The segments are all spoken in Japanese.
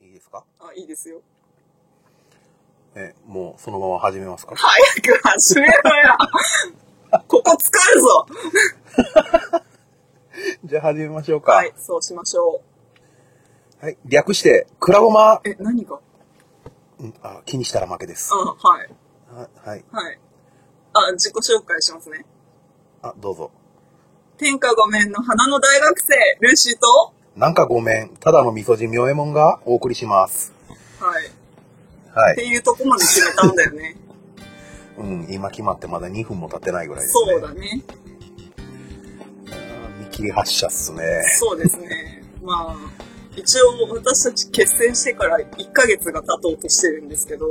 ですかあ、いいですよ。え、もうそのまま始めますか早く始め ろよここ使うぞじゃあ始めましょうか。ははいい。、そうしましょ略して、クラゴマ、う。え、何がうん、あ、気にしたら負けですあ、。はい、ははい。はい。あ、自己紹介しますね。あ、どうぞ。天下御免の花の大学生、ルーシーと、なんかごめん、ただの味噌汁妙右衛門がお送りします。はい。っはてい。いうとこまで決めたんだ よね。うん、今決まってまだ2分も経ってないぐらいですね。そうだね。あ見切り発車っすね。そうですね。まあ、一応私たち結成してから1ヶ月が経とうとしてるんですけど、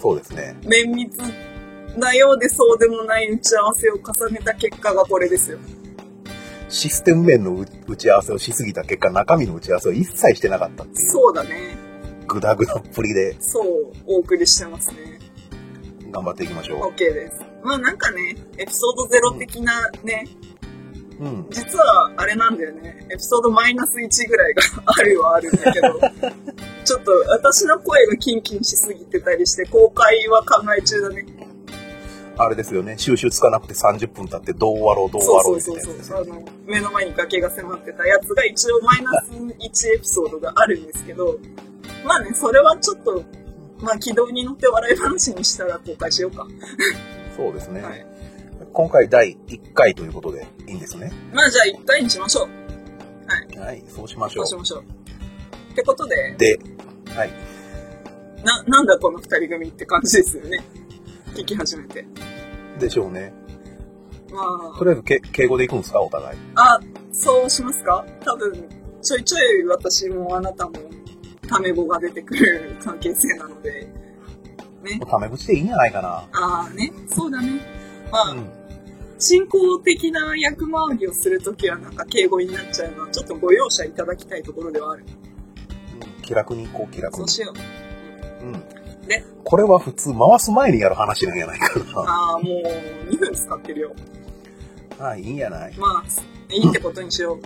そうですね。綿密なようでそうでもない打ち合わせを重ねた結果がこれですよ。システム面のう打ち合わせをしすぎた結果、中身の打ち合わせを一切してなかったっていう、そうだね。ぐだぐだっぷりでそう、お送りしてますね。頑張っていきましょ OK です。まあなんかね、エピソードゼロ的なね、う。うん。実はあれなんだよね、エピソードマイナス1ぐらいがあるはあるんだ けど、ちょっと私の声がキンキンしすぎてたりして、公開は考え中だね。あれですよね、収集つかなくて30分経ってどう終わろうどう終そうわろそううみたいそうなやつですそよう。あの、目の前に崖が迫ってたやつが一応マイナス1エピソードがあるんですけど、まあね、それはちょっと、まあ軌道に乗って笑い話にしたら公開しようか。そうですね、はい今回第1回ということでいいんですね。まあじゃあ1回にしましょう。はい、そうしましそょうしう。ましょう。ってことで、で、はい、な、なんだこの二人組って感じですよね。聞き始めて。でしょうね。まとりあえずけ敬語でいくんですか、お互い。あ、あ、そうしますか多分、ちょいちょい私もあなたも、タメ語が出てくる関係性なので、ねもう。タメ口でいいんじゃないかな。ああね、そうだね。まあ、うん、進行的な役回りをするときはなんか敬語になっちゃうのはちょっとご容赦いただきたいところではある。気楽に行こう、気楽そうに。しよう。うん、ねこれは普通、回す前にやる話なんじゃないか な。ああ、もう2分使ってるよ。はい、いいんじゃない、まあ、いいってことにしよう。う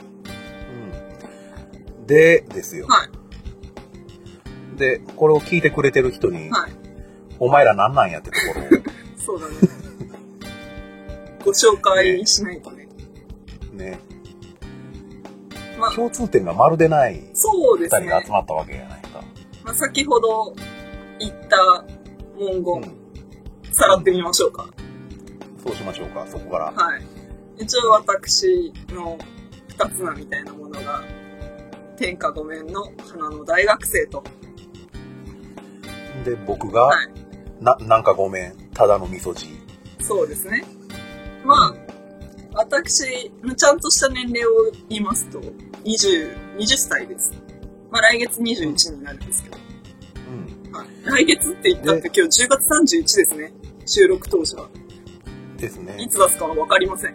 ん、で、ですよ。はい。で、これを聞いてくれてる人に、はい。お前らなんなんやってところを。そうだね。ご紹介しないとね。ね、まあ共通点がまるでないそう二です人ねが。集まったわけじゃないか。まあ、先ほど言った文う言、ん、さらってみましょうか。そうしましょうか、そこから。はい。一応私の二つ名みたいなものが、天下御免の花の大学生と。で、僕が、はいな、なんかごめん、ただの味噌汁。そうですね。まあ、私のちゃんとした年齢を言いますと、20、20歳です。まあ来月21になるんですけど。うん。来月って言ったって今日10月31ですね。収録当時は。ですいね。つ出すかは分かりません。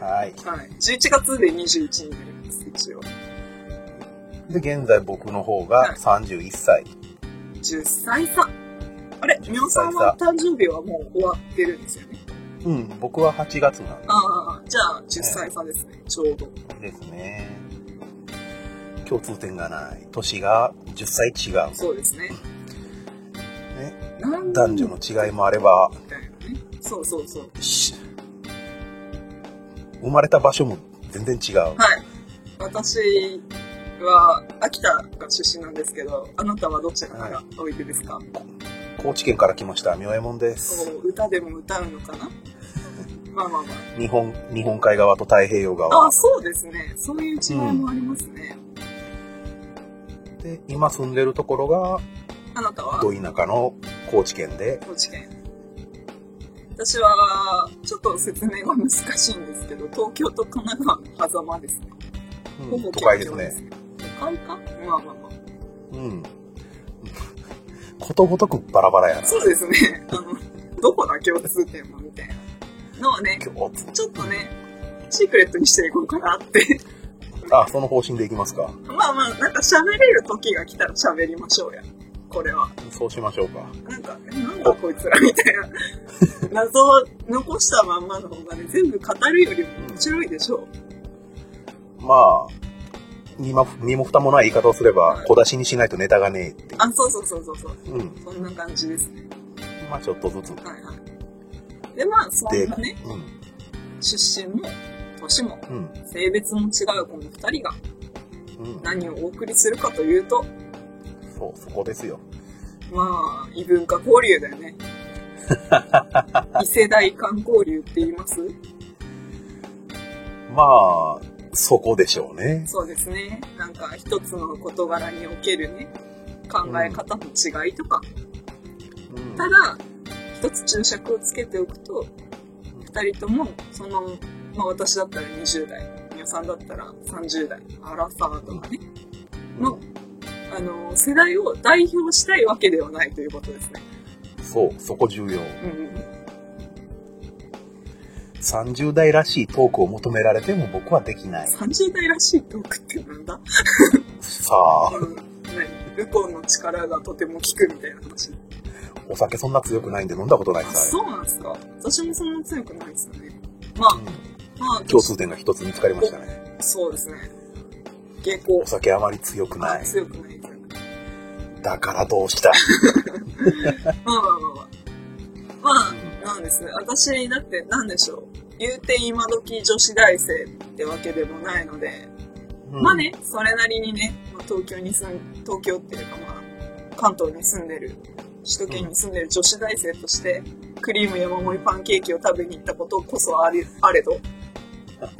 はい。はい。11月で21になります、一応。で、現在僕の方はがい31歳。 10歳差。あれみおさん10は歳誕生日はもう終わってるんですよね。うん、僕は8月なんでああ、じゃあ10歳差ですね、ちょうど。ですね。共通点がない。年が10歳違う。そうですね。ね、なん男女の違いもあれば、みたいなね。そうそうそう。し生まれた場所も全然違う。はい。私は秋田が出身なんですけど、あなたはどちらからおいでですか、高知県から来ました、明右衛門です。そう歌でも歌うのか なまあまあま日本、日本海側と太平洋あ。あ側。そうですね。そういう違いもありますね。で、今住んでるところが、あなたはど田舎の高知県で、高知県。私は、ちょっと説明が難しいんですけど、東京と神奈川の狭間ですね。うんほぼ都県会です境ね。。都会かまあまあまあ。うん。ことごとくバラバラやな。そうですね。あの、どこだ共通点はみたいなのをね、今日ちょっとね、シークレットにしていこうかなって。 あ、その方針でいきますか。まあまあ、なんか喋れる時が来たら喋りましょうや。これは。そうしましょうか。なんか、なんだこいつらみたいな。謎を残したまんまの方がね、全部語るよりも面白いでしょう。まあ、身も身も蓋もない言い方をすればはい、小出しにしないとネタがねえっていあ、そうそうそうそうそう。う。うん。そんな感じですね。まあちょっとずつ。はいはい。で、まあ、そで、んなね、うん。出身も、年も、うん。性別も違うこの二人がうん。何をお送りするかというと、そう、そこですよ。まあ、異文化交流だよね。異世代間交流って言いますまあ、そこでしょうね。そうですね。なんか、一つの事柄におけるね、考え方の違いとか。うんただ、一つ注釈をつけておくと、二人とも、その、まあ私だったら20代、皆さんだったら30代、アラサーとかね、の、あの、世代を代表したいわけではないということですね。そう、そこ重要。うん。 30代らしいトークを求められても僕はできない。 30代らしいトークってなんださあ、うん、何ルポンの力がとても効くみたいな話。お酒そんな強くないんで飲んだことないあ、さ。そうなんですか。私もそんな強くないですよね。まあう、んまあ、共通点が一つ見つかりましたね。そうですね。下校お。酒あまり強くない。強くないですよね。だからどうした。まあまあまあまあ。まあ、なんですね。私、だって、なんでしょう。言うて今時女子大生ってわけでもないので、うんまあ。ね、それなりにね、まあ東京に住ん、東京っていうかまあ、関東に住んでる、首都圏に住んでる女子大生として、クリーム山盛りパンケーキを食べに行ったことこそあれ、あれど。やっ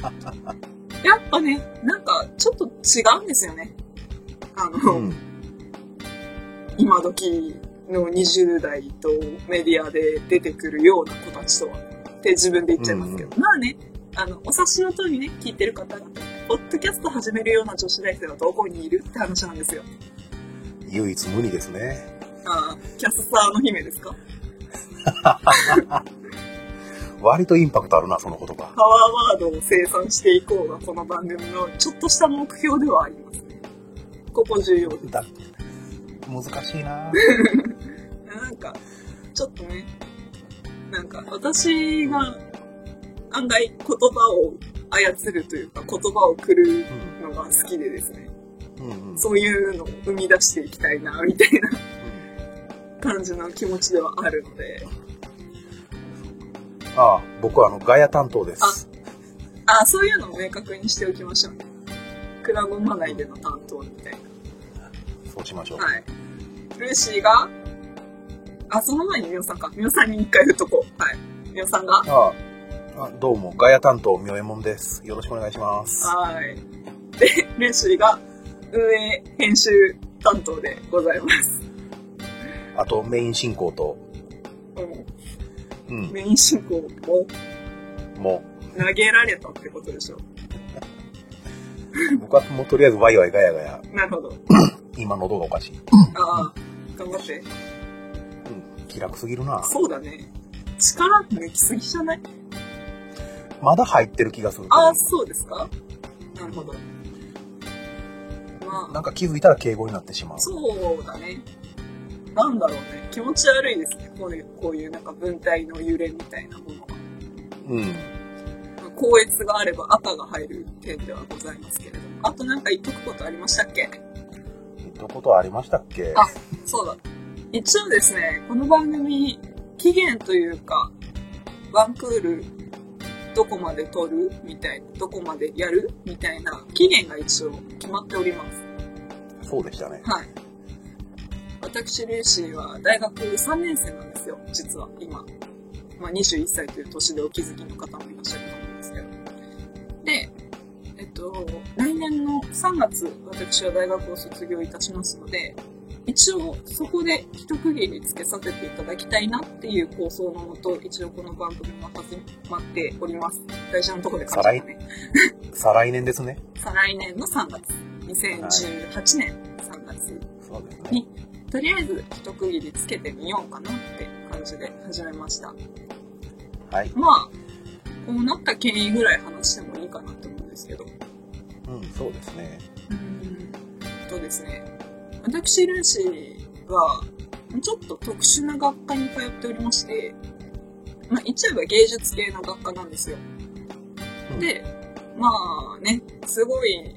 ぱね、なんか、ちょっと違うんですよね。あうの、ん。今時の20代とメディアで出てくるような子たちとはって自分で言っちゃいますけど、まあねあのお察しの通りね聞いてる方々ポッドキャスト始めるような女子大生はどこにいるって話なんですよ唯一無二ですね。ああキャスターの姫ですか割とインパクトあるな、その言葉。パワーワードを生産していこうがこの番組のちょっとした目標ではありますねここ重要だ難しいな。なんか、ちょっとね、なんか、私が案外言葉を操るというか、言葉をくるうんのが好きでですね、うんうんそういうのを生み出していきたいな、みたいな感じの気持ちではあるので、ああ、僕はあの、ガヤ担当です。あそういうのを明確にしておきましょうね。クラゴンまないでの担当みたいそうしましょうな。。はい。ルーシーが、あ、その前にミオさんか。ミオさんに一回言っとこう。はい。ミオさんが、あああ、どうも、ガヤ担当、みょえもんです。よろしくお願いします。はい。で、ルーシーが運営編集担当でございます。あと、メイン進行と、う、うんん、メイン進行をも投げられたってことでしょ。う、僕はもうとりあえずワイワイガヤガヤ、なるほど。今喉がおかしい。ああ、頑張って。うん、気楽すぎるな。そうだね。力抜きすぎじゃないまだ入ってる気がする。ああ、そうですかなるほど。まなんか気づいたら敬語になってしまうあ、。そうだね。なんだろうね。気持ち悪いですね。こういう、こういうなんか文体の揺れみたいなものが。うん。高越があれば赤が入る点ではございますけれども。あとなんか言っとくことありましたっけどことありましたっけあそうだ。一応ですね、この番組、期限というか、ワンクール、どこまで撮るみたいな、どこまでやるみたいな期限が一応決まっております。そうでしたね。はい。私、ルーシーは大学3年生なんですよ、実は、今。まあ、21歳という年でお気づきの方もいらっしゃると思うんですけど。で、えっと、来年の3月、私は大学を卒業いたしますので、一応そこで一区切りつけさせていただきたいなっていう構想のもと、一応この番組も始まっております。大事なところで感じたね。再来年ですね。再来年の3月、2018年3月そうですねね。とりあえず一区切りつけてみようかなって感じで始めましたはい。まあこうなった経緯ぐらい話してもいいかなと思うんですけどうん、そうですね。うーんとですね私ルーシーはちょっと特殊な学科に通っておりまして、まあ、一応は芸術系の学科なんですようんでまあねすごい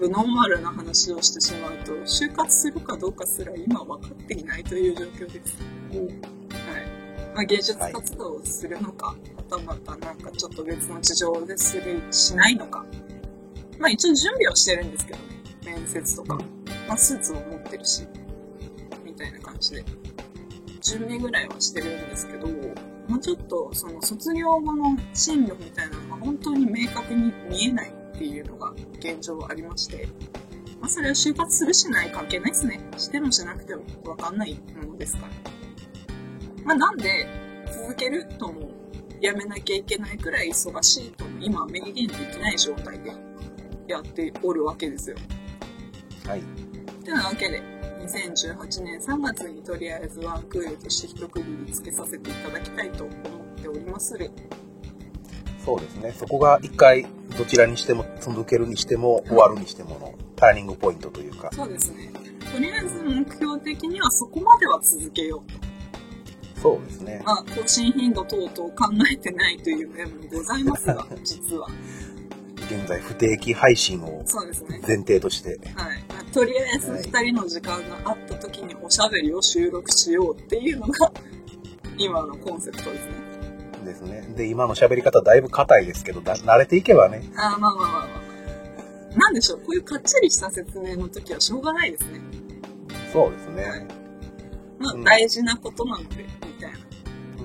ブノーマルな話をしてしまうと、就活するかどうかすら今分かっていないという状況です。はい。まあ、芸術活動をするのか、はたまたなんかちょっと別の事情でする、しないのか。まあ一応準備はしてるんですけどね。面接とか。まあスーツを持ってるし、みたいな感じで。準備ぐらいはしてるんですけど、もうちょっとその卒業後の進路みたいなのが本当に明確に見えないっていうのが現状ありまして、まあそれは就活するしない関係ないですね。してもしなくてもわかんないものですから。まあ、なんで続けるともやめなきゃいけないくらい忙しいとも今明言できない状態でやっておるわけですよ。はい。というわけで2018年3月にとりあえずワンクールとして一区切りつけさせていただきたいと思っておりまする。そうですね。そこが一回、どちらにしても、続けるにしても、終わるにしてもの、ターニングポイントというか。そうですね。とりあえず目標的にはそこまでは続けようと。そうですね。まあ、更新頻度等々考えてないという面もございますが、実は。現在、不定期配信をそうですね。前提として。はい、まあとりあえずはい2人の時間があった時におしゃべりを収録しようっていうのが今のコンセプトですね。ですね。で、今の喋り方、だいぶ硬いですけど、だ慣れていけばね、あーまあまあまあまあ。なんでしょう、こういうかっちりした説明の時はしょうがないですね。そうですね。まあうん大事なことなので、みたいな。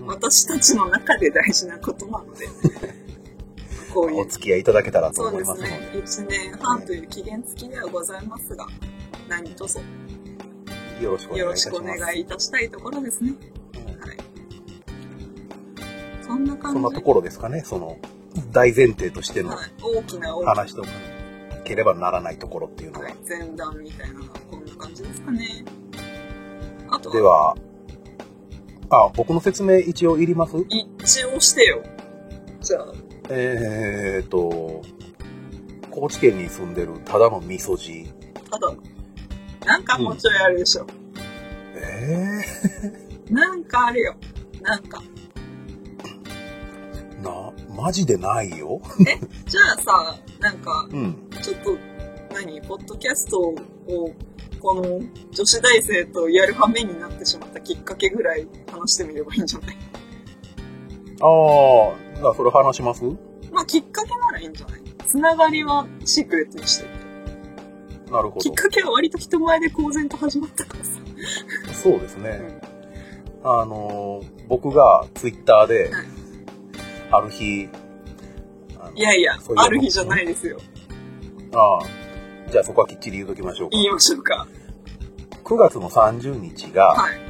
私たちの中で大事なことなので。こういおう。付き合いいただけたらとそう思いでますすので。ね。1年半という期限付きではございますが、何卒よろしくお願いいよろたししくおます。願いいたしたいところですね。うんはい。そんな感そじ。んなところですかね、その、大前提としてのはい。大きな大き話とか、ければならないところっていうな、のはは。い、前段みたいなのがこんな感じですかね。あとで、は、あ、僕の説明一応いります一応してよ。じゃあ、えーっと、高知県に住んでるただのみそじ。ただ、なんかもうちょいあるでしょ。えなんかあるよ。なんか。ー、な、マジでないよ。じゃあさ、なんか、うん。ちょっと、何、ポッドキャストを、この女子大生とやる羽目になってしまったきっかけぐらい話してみればいいんじゃない あー、じゃあそれ話しますまあ、きっかけならいいんじゃないつながりはシークレットにしてるなるほきっど。かけは割と人前で公然と始まったからさ。そうですね。あのー、僕がツイッターではい、ある日、あのいやいやそういう、のある日じゃないですよ。ああじゃあそこはきっちり言うときましょうか言。いましょうか。 9月の30日が、はい。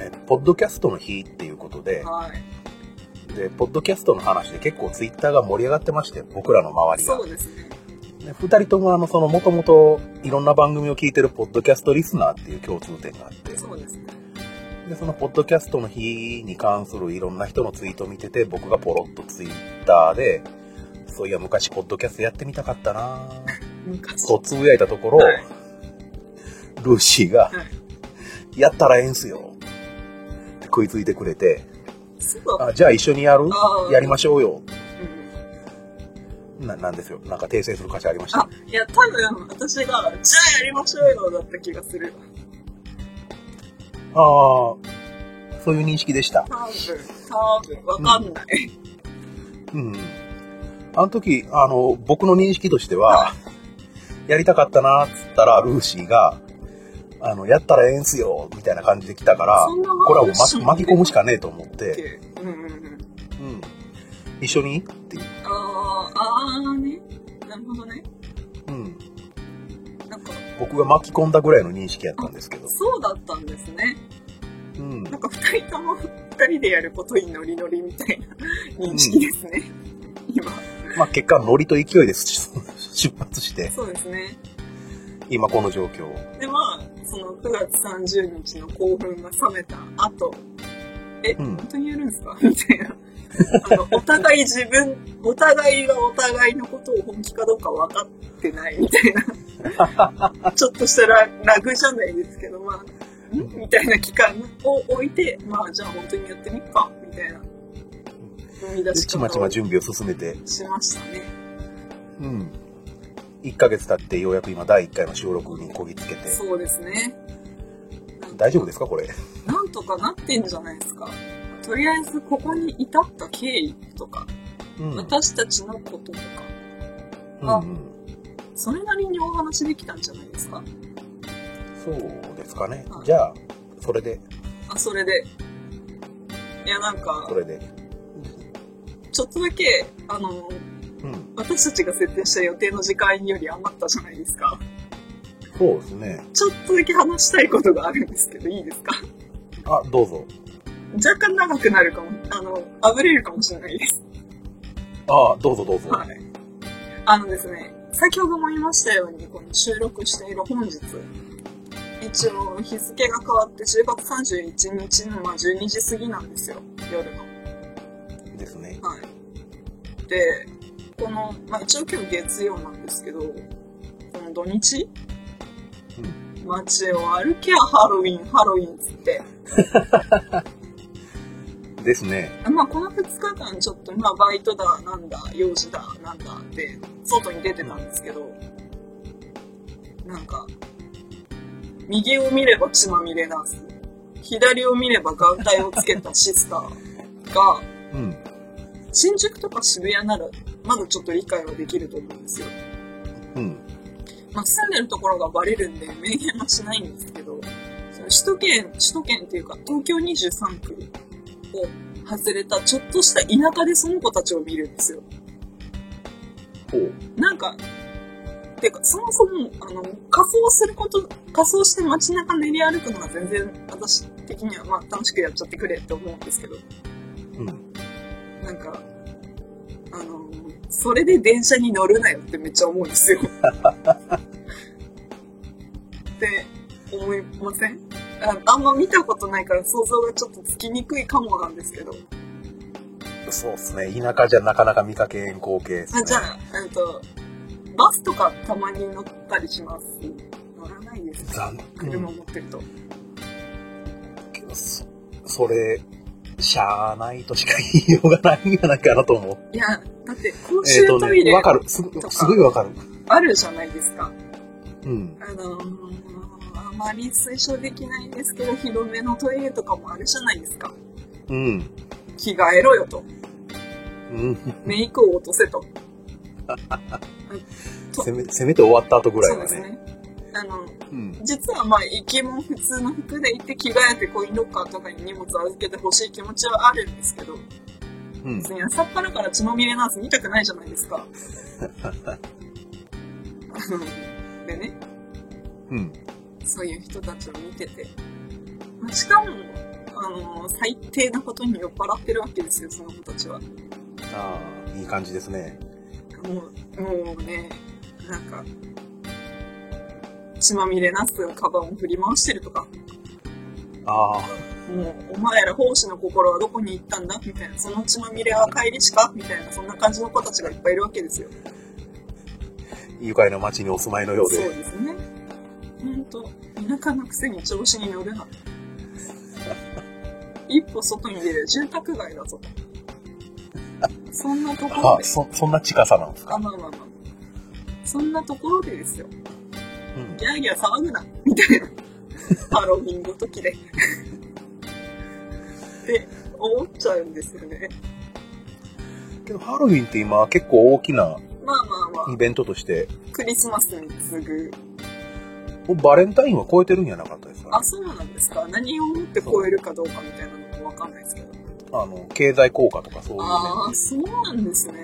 えポッドキャストの日っていうことで、はい。で、ポッドキャストの話で結構ツイッターが盛り上がってまして、僕らの周りが。そうですね。で二人ともあの、その、もともといろんな番組を聞いてるポッドキャストリスナーっていう共通点があって、そうですね。で、そのポッドキャストの日に関するいろんな人のツイートを見てて、僕がポロッとツイッターで、そういや、昔ポッドキャストやってみたかったなぁ。昔。そうつぶやいたところ、はいルーシーが、はいやったらええんすよ。って食いついてくれて、そうだ。あじゃあ一緒にやるあーやりましょうよ。うんな、なんですよ。なんか訂正する価値ありました。あ、いや、多分私が、じゃあやりましょうよだった気がする。ああー、そういう認識でした。多分、多分、わかんない。うん。あの時、あの、僕の認識としては、やりたかったなーっつったら、ルーシーが、あの、やったらええんすよ、みたいな感じで来たから、そんなワードこれはもう一緒にま巻き込むしかねえと思って、うんうんうん。うん。一緒にっていう。あー、あーね。なるほどね。うん。なんか、僕が巻き込んだぐらいの認識やったんですけど。そうだったんですね。うん。なんか二人とも二人でやることにノリノリみたいな認識ですね。今。まあ結果、ノリと勢いです 出発して、そうですね。今この状況。で、まあ、その9月30日の興奮が冷めた後、え、うん本当にやるんですか みたいな。あの、お互い自分、お互いがお互いのことを本気かどうか分かってないみたい な。ちょっとしたらラグじゃないですけど、まあ、んみたいな期間を置いて、まあ、じゃあ本当にやってみっか、みたいな。生みで出しち方まちまを準備を進めて、しましたね。うん。 1ヶ月経ってようやく今第1回の収録にこぎつけて。そうですね。大丈夫ですかこれ。なんとかなってんじゃないですか。とりあえずここに至った経緯とか、うん。うん私たちのこととか、うん、それなりにお話できたんじゃないですか。そうですかねは。いじゃあ、それで、あ、それで。いや、なんかそ、れで。ちょっとだけ、あの、うん。私たちが設定した予定の時間より余ったじゃないですか。そうですね。ちょっとだけ話したいことがあるんですけど、いいですかあ、どうぞ。若干長くなるかも、あの、あぶれるかもしれないです。あどうぞどうぞ。はい。あのですね、先ほども言いましたように、この収録している本日、一応日付が変わって10月31日のまあ12時過ぎなんですよ、夜の。ですね。はい。で、この、まあ、一応今日月曜なんですけど、この土日、街を歩きゃハロウィン、ハロウィンっつって、ですね。まあ、この2日間ちょっと、まあ、バイトだ、なんだ、用事だ、なんだって、外に出てたんですけど、なんか、右を見れば血まみれダンス、左を見れば眼帯をつけたシスターが、うん。新宿とか渋谷ならまだちょっと理解はできると思うんですよ。うん。まあ、住んでるところがバレるんで明言はしないんですけど、その首都圏、首都圏っていうか東京23区を外れたちょっとした田舎でその子たちを見るんですよ。ほう。なんか、てかそもそも、あの、仮装すること、仮装して街中練り歩くのが全然私的にはまあ楽しくやっちゃってくれって思うんですけど、うん。なんか、あの、それで電車に乗るなよってめっちゃ思うんですよ。 って思いませんああんま見たことないから想像がちょっとつきにくいかもなんですけど。そうですね。田舎じゃなかなか見かけん光景ですねあ。じゃあ、えっと、バスとかたまに乗ったりします。乗らないですか残車持ってると。そそれ、しゃあないとしか言いようがないんじゃないかなと思 う。いや、だって公えっ、衆とトイね、レわかる。すぐ、すごいわかる。あるじゃないですか。うん。あのーあまり推奨できないんですけど、広めのトイレとかもあるじゃないですか。うん。着替えろよと。うん。メイクを落 とせと。せめ、せめて終わった後ぐらそいうはですね。ね。あの、うん。実はまあ、行きも普通の服で行って着替えてコインロッカーとかに荷物預けてほしい気持ちはあるんですけど、うん。別に朝っぱらから血まみれなんて見たくないじゃないで すか。でね、うん。そういう人たちを見てて。まあしかも、あの、最低なことに酔っ払ってるわけですよ、その子たちは。ああ、いい感じですね。もう、もうね、なんか、血まみれナスをカバンを振り回してるとか、ああ、もう、お前ら奉仕の心はどこに行ったんだみたいな、その血まみれは帰りしかみたいな、そんな感じの子たちがいっぱいいるわけですよ。愉快な街にお住まいのようそうで。ですね。ほんと、田舎のくせに調子に乗るな。 一歩外に出る住宅街だぞと。そんなとこあろで、そ、そんな近さなんですあ、か。まあまあまあ。そんなところでですよ。うん。ギャーギャー騒ぐなみたいなハロウィンごときでって思っちゃうんですよねけど、ハロウィンって今結構大きなまあまあまイベントとして、あクリスマスに次ぐもうバレンタインは超えてるんじゃなかったですかあそうなんですか何をもって超えるかどうかみたいなのもわかんないですけどあの、経済効果とかそうあいあそうなんですね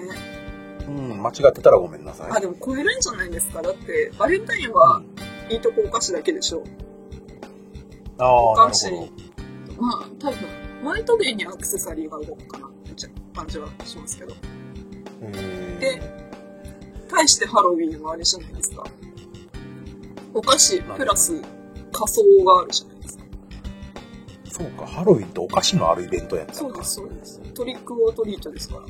うね。うん、間違ってたらごめんなさい。あでも超えるんじゃないですかだってバレンタインはいいとこお菓子だけでしょああ、なおる菓子ほまあ多分ホワイトデーにアクセサリーが動くかなって感じはしますけどど。うんで対してハロウィンはあれじゃないですか。お菓子プラス仮装があるじゃないですか。そうか、ハロウィンってお菓子のあるイベントやったそのうかです、。そうです。トリックオートリートですから。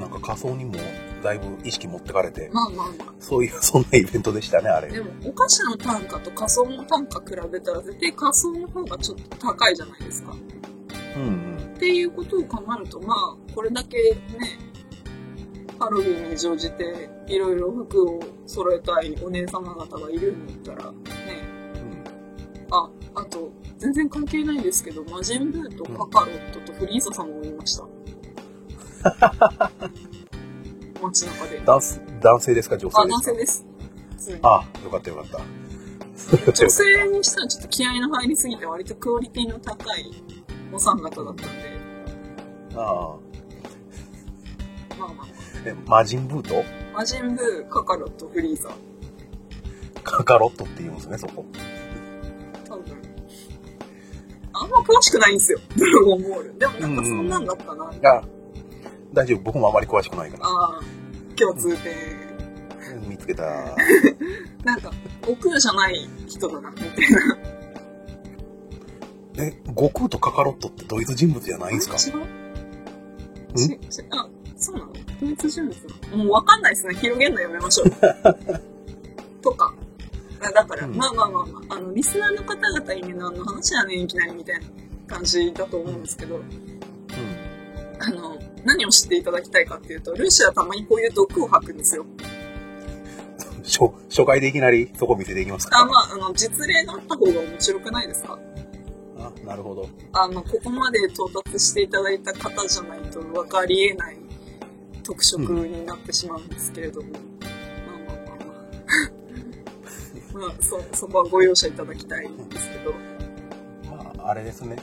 なんか仮装にもだいぶ意識持ってかれて、まあまあまそういう、そんなイベントでしたね、ああ。でれ。も、お菓子の単価と仮装の単価比べたら絶対仮装の方がちょっと高いじゃないですか。っうんうん。ていうことを考えると、まあ、これだけね、ハロウィンに乗じていろいろ服を揃えたいお姉様方がいるんだったら、ね、あ、あと、全然関係ないんですけど、マジンブーとカカロットとフリーザさんも見ま した。街中で。男す男性ですか女あ、性で男す性かです。普通にあよかったよかったそれはよかった女性にしたらちょっと気合いの入りすぎて割とクオリティの高いお三方だったんで、あまあまああ、えマジンブート マジンブー、カカロット、フリーザ、カカロットって言うんですねそこ多分。あんま詳しくないんですよ、 ドラゴンボール。でもなんかそんなんだったな。あ大丈夫僕もあまり詳しくないからああ、共通点。見つけたなんか、悟空じゃない人だな、みたいな。え悟空とカカロットって同一人物じゃないんですか 違うししあ、そうなの同一人物なのもうわかんないですね。広げんのやめまし ょう。とか。あだから、うんまあまあまあまあ、あの、リスナーの方々にね、何の話やねん、いきなりみたいな感じだと思うんですけど、うんあの、何を知っていただきたいかっていうと、ルーシーはたまにこういう毒を吐くんですよ。初初回でいきなりそこ見せていきますかあ、まあ、あの、実例があった方が面白くないですかあなるほどあの、ここまで到達していただいた方じゃないと分かり得ない特色になってしまうんですけれども、まあまあ まあまあ。まあ、そ、そこはご容赦いただきたいんですけど、はまああれですねい。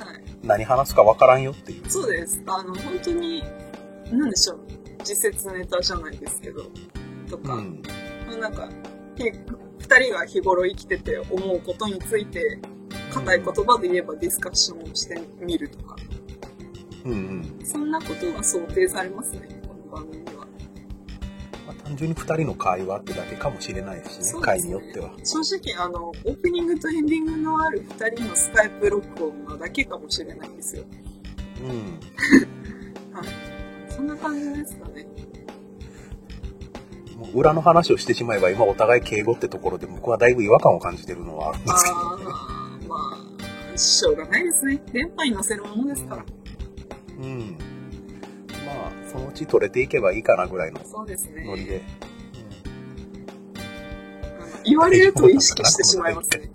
何話すかわからんよっていうそうです。あの、本当に、なんでしょう、自説ネタじゃないですけど、とか、うんまあなんか、ひ二人が日頃生きてて思うことについて、硬い言葉で言えばディスカッションをしてみるとか、うんうんそんなことが想定されますね、この番組は。まあ、単純に2人の会話ってだけかもしれないしねそうですね会によっては正直、あの、オープニングとエンディングのある2人のスカイプ録音なだけかもしれないんですよ。うんそんな感じですかね。もう裏の話をしてしまえば今お互い敬語ってところで僕はだいぶ違和感を感じてるのはあるんであすけどねあー、まあ、しょうがないですね。電波に乗せるものですから。うんまあそのうち取れていけばいいかなぐらいのそうですね。ノリで、あの言われると意識してしまいますね。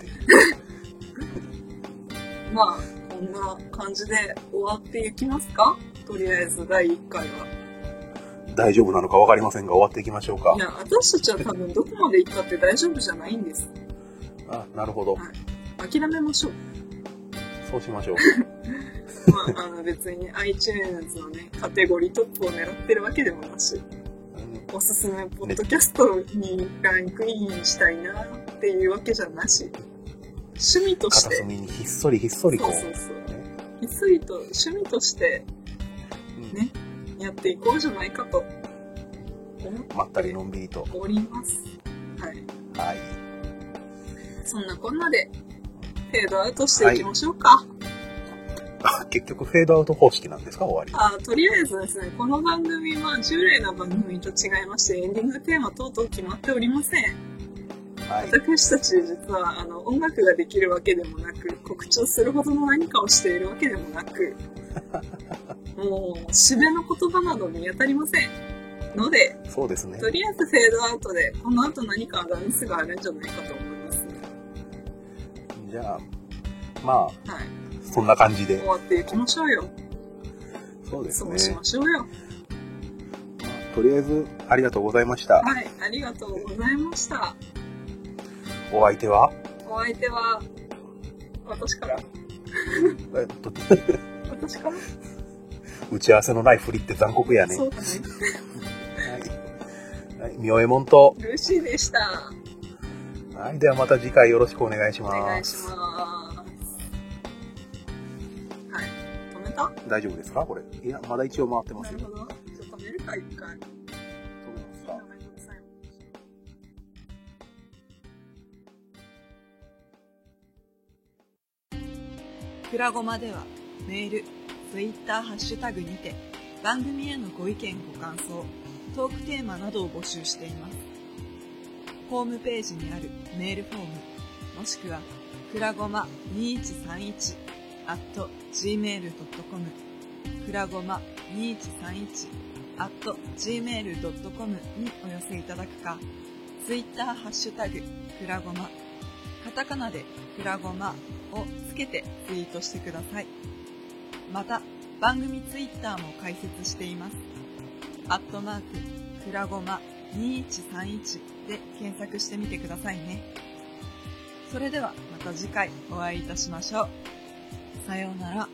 まあ、こんな感じで終わっていきますかとりあえず第1回は。大丈夫なのか分かりませんが終わっていきましょうかいや、私たちは多分どこまで行ったって大丈夫じゃないんです。あなるほどはい諦めましょう。そうしましょうまあ、あの別に iTunes のね、カテゴリートップを狙ってるわけでもなし、うんおすすめポッドキャストにランクインしたいなっていうわけじゃなし、趣味とし片て、隅にひっそりひっそりこそううそうそう、ひっそりと趣味としてうんねやっていこうじゃないかと思ってまったりのんびりとおります。はい。はいそんなこんなで、フェードアウトしていきましょうか。あ結局フェードアウト方式なんですか終わあとりあえずですね、この番組は従来の番組と違いまして、エンディングテーマ等々決まっておりません。りはい私たち実はあの音楽ができるわけでもなく告知をするほどの何かをしているわけでも なくもう締めの言葉など見当たりませんのでそうですねとりあえずフェードアウトでこの後何かアナウンスがあるんじゃないかと思いますねじゃあまあはいそんな感じで終わっていきましょうよそうですそねうしましょうよとりあえずありがとうございましたはいありがとうございましたお相手はお相手は私からえっと私から、打ち合わせのないふりって残酷やねそうだねはいはい明右衛門とルーシーでしたはいではまた次回よろしくお願いしおます願いします。はい。止めた大丈夫ですかこれいやまだ一応回ってまなするよほど。ちょっと止めるか、一回。止めますかごめんなさいくらごまではメール、ツイッターハッシュタグにて番組へのご意見ご感想、トークテーマなどを募集しています。ホームページにあるメールフォーム、もしくはくらごま2131 at gmail.com くらごま2131 at gmail.com にお寄せいただくか、ツイッターハッシュタグ、くらごま、カタカナでくらごまをつけてツイートしてください。また、番組ツイッターも開設しています。アットマーク、くらごま2131で検索してみてくださいね。それではまた次回お会いいたしましょう。さようなら。